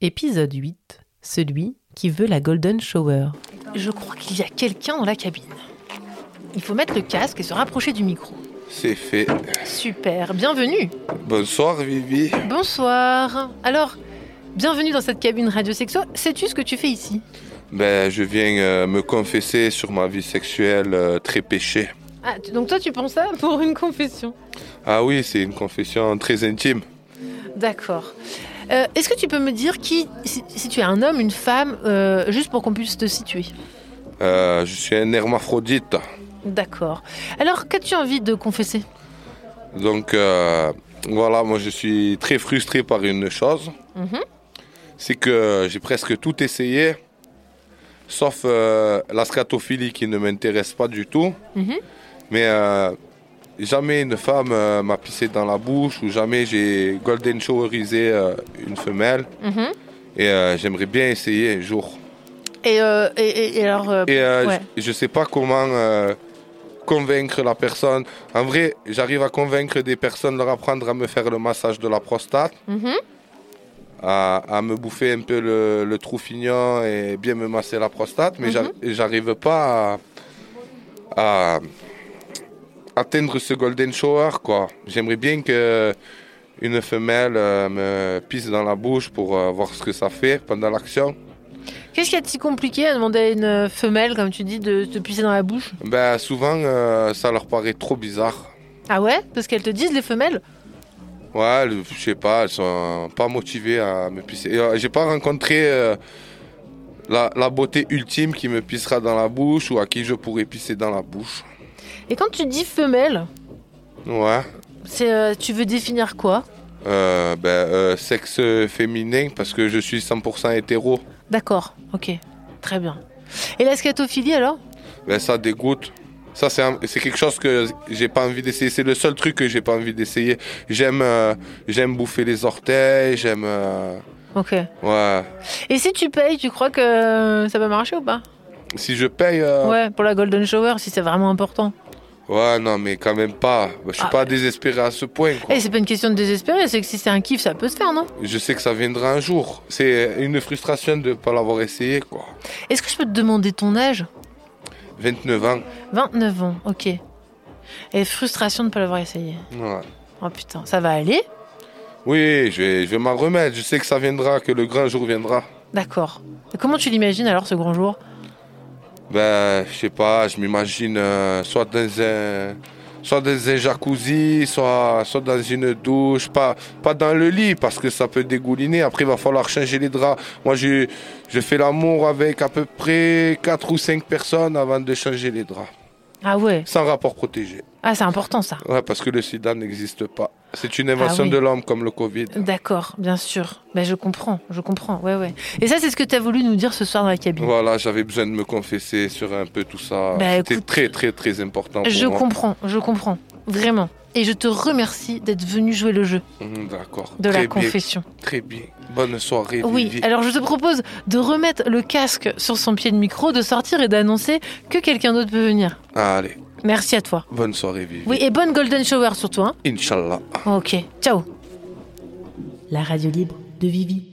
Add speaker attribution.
Speaker 1: Épisode 8, celui qui veut la Golden Shower.
Speaker 2: Je crois qu'il y a quelqu'un dans la cabine. Il faut mettre le casque et se rapprocher du micro.
Speaker 3: C'est fait.
Speaker 2: Super, bienvenue.
Speaker 3: Bonsoir Vivi.
Speaker 2: Bonsoir. Alors, bienvenue dans cette cabine radio sexo. Sais-tu ce que tu fais ici
Speaker 3: Ben, je viens euh, me confesser sur ma vie sexuelle euh, très péchée.
Speaker 2: ah, tu- Donc toi, tu penses ça pour une confession.
Speaker 3: Ah oui, c'est une confession très intime.
Speaker 2: D'accord. Euh, Est-ce que tu peux me dire qui, si, si tu es un homme, une femme, euh, juste pour qu'on puisse te situer
Speaker 3: Euh, je suis un hermaphrodite.
Speaker 2: D'accord. Alors, qu'as-tu envie de confesser
Speaker 3: Donc euh, voilà, moi je suis très frustré par une chose.
Speaker 2: Mhm.
Speaker 3: C'est que j'ai presque tout essayé, sauf euh, la scatophilie qui ne m'intéresse pas du tout.
Speaker 2: Mhm.
Speaker 3: Mais euh, jamais une femme euh, m'a pissé dans la bouche ou jamais j'ai golden showerisé euh, une femelle.
Speaker 2: Mhm.
Speaker 3: Et euh, j'aimerais bien essayer un jour.
Speaker 2: et, euh, et, et- et alors, euh,
Speaker 3: Et euh,
Speaker 2: Ouais.
Speaker 3: je ne sais pas comment euh, convaincre la personne. En vrai, j'arrive à convaincre des personnes, leur apprendre à me faire le massage de la prostate,
Speaker 2: mhm.
Speaker 3: à, à me bouffer un peu le, le trou fignon et bien me masser la prostate, mais j'a- j'arrive pas à, à atteindre ce golden shower. quoi. J'aimerais bien que une femelle euh, me pisse dans la bouche pour euh, voir ce que ça fait pendant l'action.
Speaker 2: qu'est-ce qu'il y a de si compliqué à demander à une femelle, comme tu dis, de te pisser dans la bouche
Speaker 3: Ben, souvent, euh, ça leur paraît trop bizarre.
Speaker 2: Ah ouais Parce qu'elles te disent, les femelles
Speaker 3: Ouais, le- je sais pas, elles sont pas motivées à me pisser. Et, euh, J'ai pas rencontré euh, la, la beauté ultime qui me pissera dans la bouche ou à qui je pourrais pisser dans la bouche.
Speaker 2: Et quand tu dis femelle,
Speaker 3: Ouais.
Speaker 2: c'est, euh, tu veux définir quoi
Speaker 3: Euh, ben, euh, sexe féminin parce que je suis 100% hétéro.
Speaker 2: D'accord, ok, très bien. Et la scatophilie alors
Speaker 3: Ben, ça dégoûte. Ça, c'est un- c'est quelque chose que j'ai pas envie d'essayer. C'est le seul truc que j'ai pas envie d'essayer. J'aime euh, j'aime bouffer les orteils, j'aime. euh,
Speaker 2: Ok.
Speaker 3: ouais.
Speaker 2: Et si tu payes, tu crois que ça va marcher ou pas
Speaker 3: Si je paye. euh,
Speaker 2: Ouais, pour la Golden Shower, si c'est vraiment important.
Speaker 3: Ouais, non, mais quand même pas. Je suis
Speaker 2: Ah.
Speaker 3: pas désespéré à ce point. quoi.
Speaker 2: Et c'est pas une question de désespérer, c'est que si c'est un kiff, ça peut se faire, non
Speaker 3: Je sais que ça viendra un jour. C'est une frustration de ne pas l'avoir essayé, quoi.
Speaker 2: Est-ce que je peux te demander ton âge
Speaker 3: 29 ans.
Speaker 2: 29 ans, ok. Et frustration de ne pas l'avoir essayé.
Speaker 3: Ouais.
Speaker 2: Oh putain, ça va aller
Speaker 3: Oui, je vais, je vais m'en remettre. Je sais que ça viendra, que le grand jour viendra.
Speaker 2: D'accord. Et comment tu l'imagines alors ce grand jour
Speaker 3: Ben, je sais pas, je m'imagine euh, soit dans un... Soit dans un jacuzzi, soit, soit dans une douche, pas, pas dans le lit parce que ça peut dégouliner. Après, il va falloir changer les draps. Moi, je, je fais l'amour avec à peu près 4 ou 5 personnes avant de changer les draps.
Speaker 2: Ah ouais,
Speaker 3: Sans rapport protégé.
Speaker 2: ah c'est important ça.
Speaker 3: Ouais, parce que le sida n'existe pas. C'est une
Speaker 2: Ah
Speaker 3: invention
Speaker 2: oui. Euh,
Speaker 3: de l'homme comme le Covid.
Speaker 2: D'accord, bien sûr. Mais je comprends, je comprends. Ouais, ouais. Et ça, c'est ce que tu as voulu nous dire ce soir dans la cabine.
Speaker 3: Voilà, j'avais besoin de me confesser sur un peu tout ça.
Speaker 2: Bah,
Speaker 3: C'était
Speaker 2: écoute,
Speaker 3: très, très, très important pour
Speaker 2: je
Speaker 3: moi.
Speaker 2: comprends, je comprends. Vraiment. Et je te remercie d'être venu jouer le jeu
Speaker 3: Mmh, D'accord.
Speaker 2: de
Speaker 3: très
Speaker 2: la
Speaker 3: bien,
Speaker 2: confession.
Speaker 3: Très bien. Bonne soirée,
Speaker 2: Oui,
Speaker 3: Vivi.
Speaker 2: alors je te propose de remettre le casque sur son pied de micro, de sortir et d'annoncer que quelqu'un d'autre peut venir.
Speaker 3: Allez,
Speaker 2: Merci à toi.
Speaker 3: bonne soirée, Vivi.
Speaker 2: Oui, et bonne Golden Shower surtout. Hein
Speaker 3: Inch'Allah.
Speaker 2: ok, ciao.
Speaker 1: La radio libre de Vivi.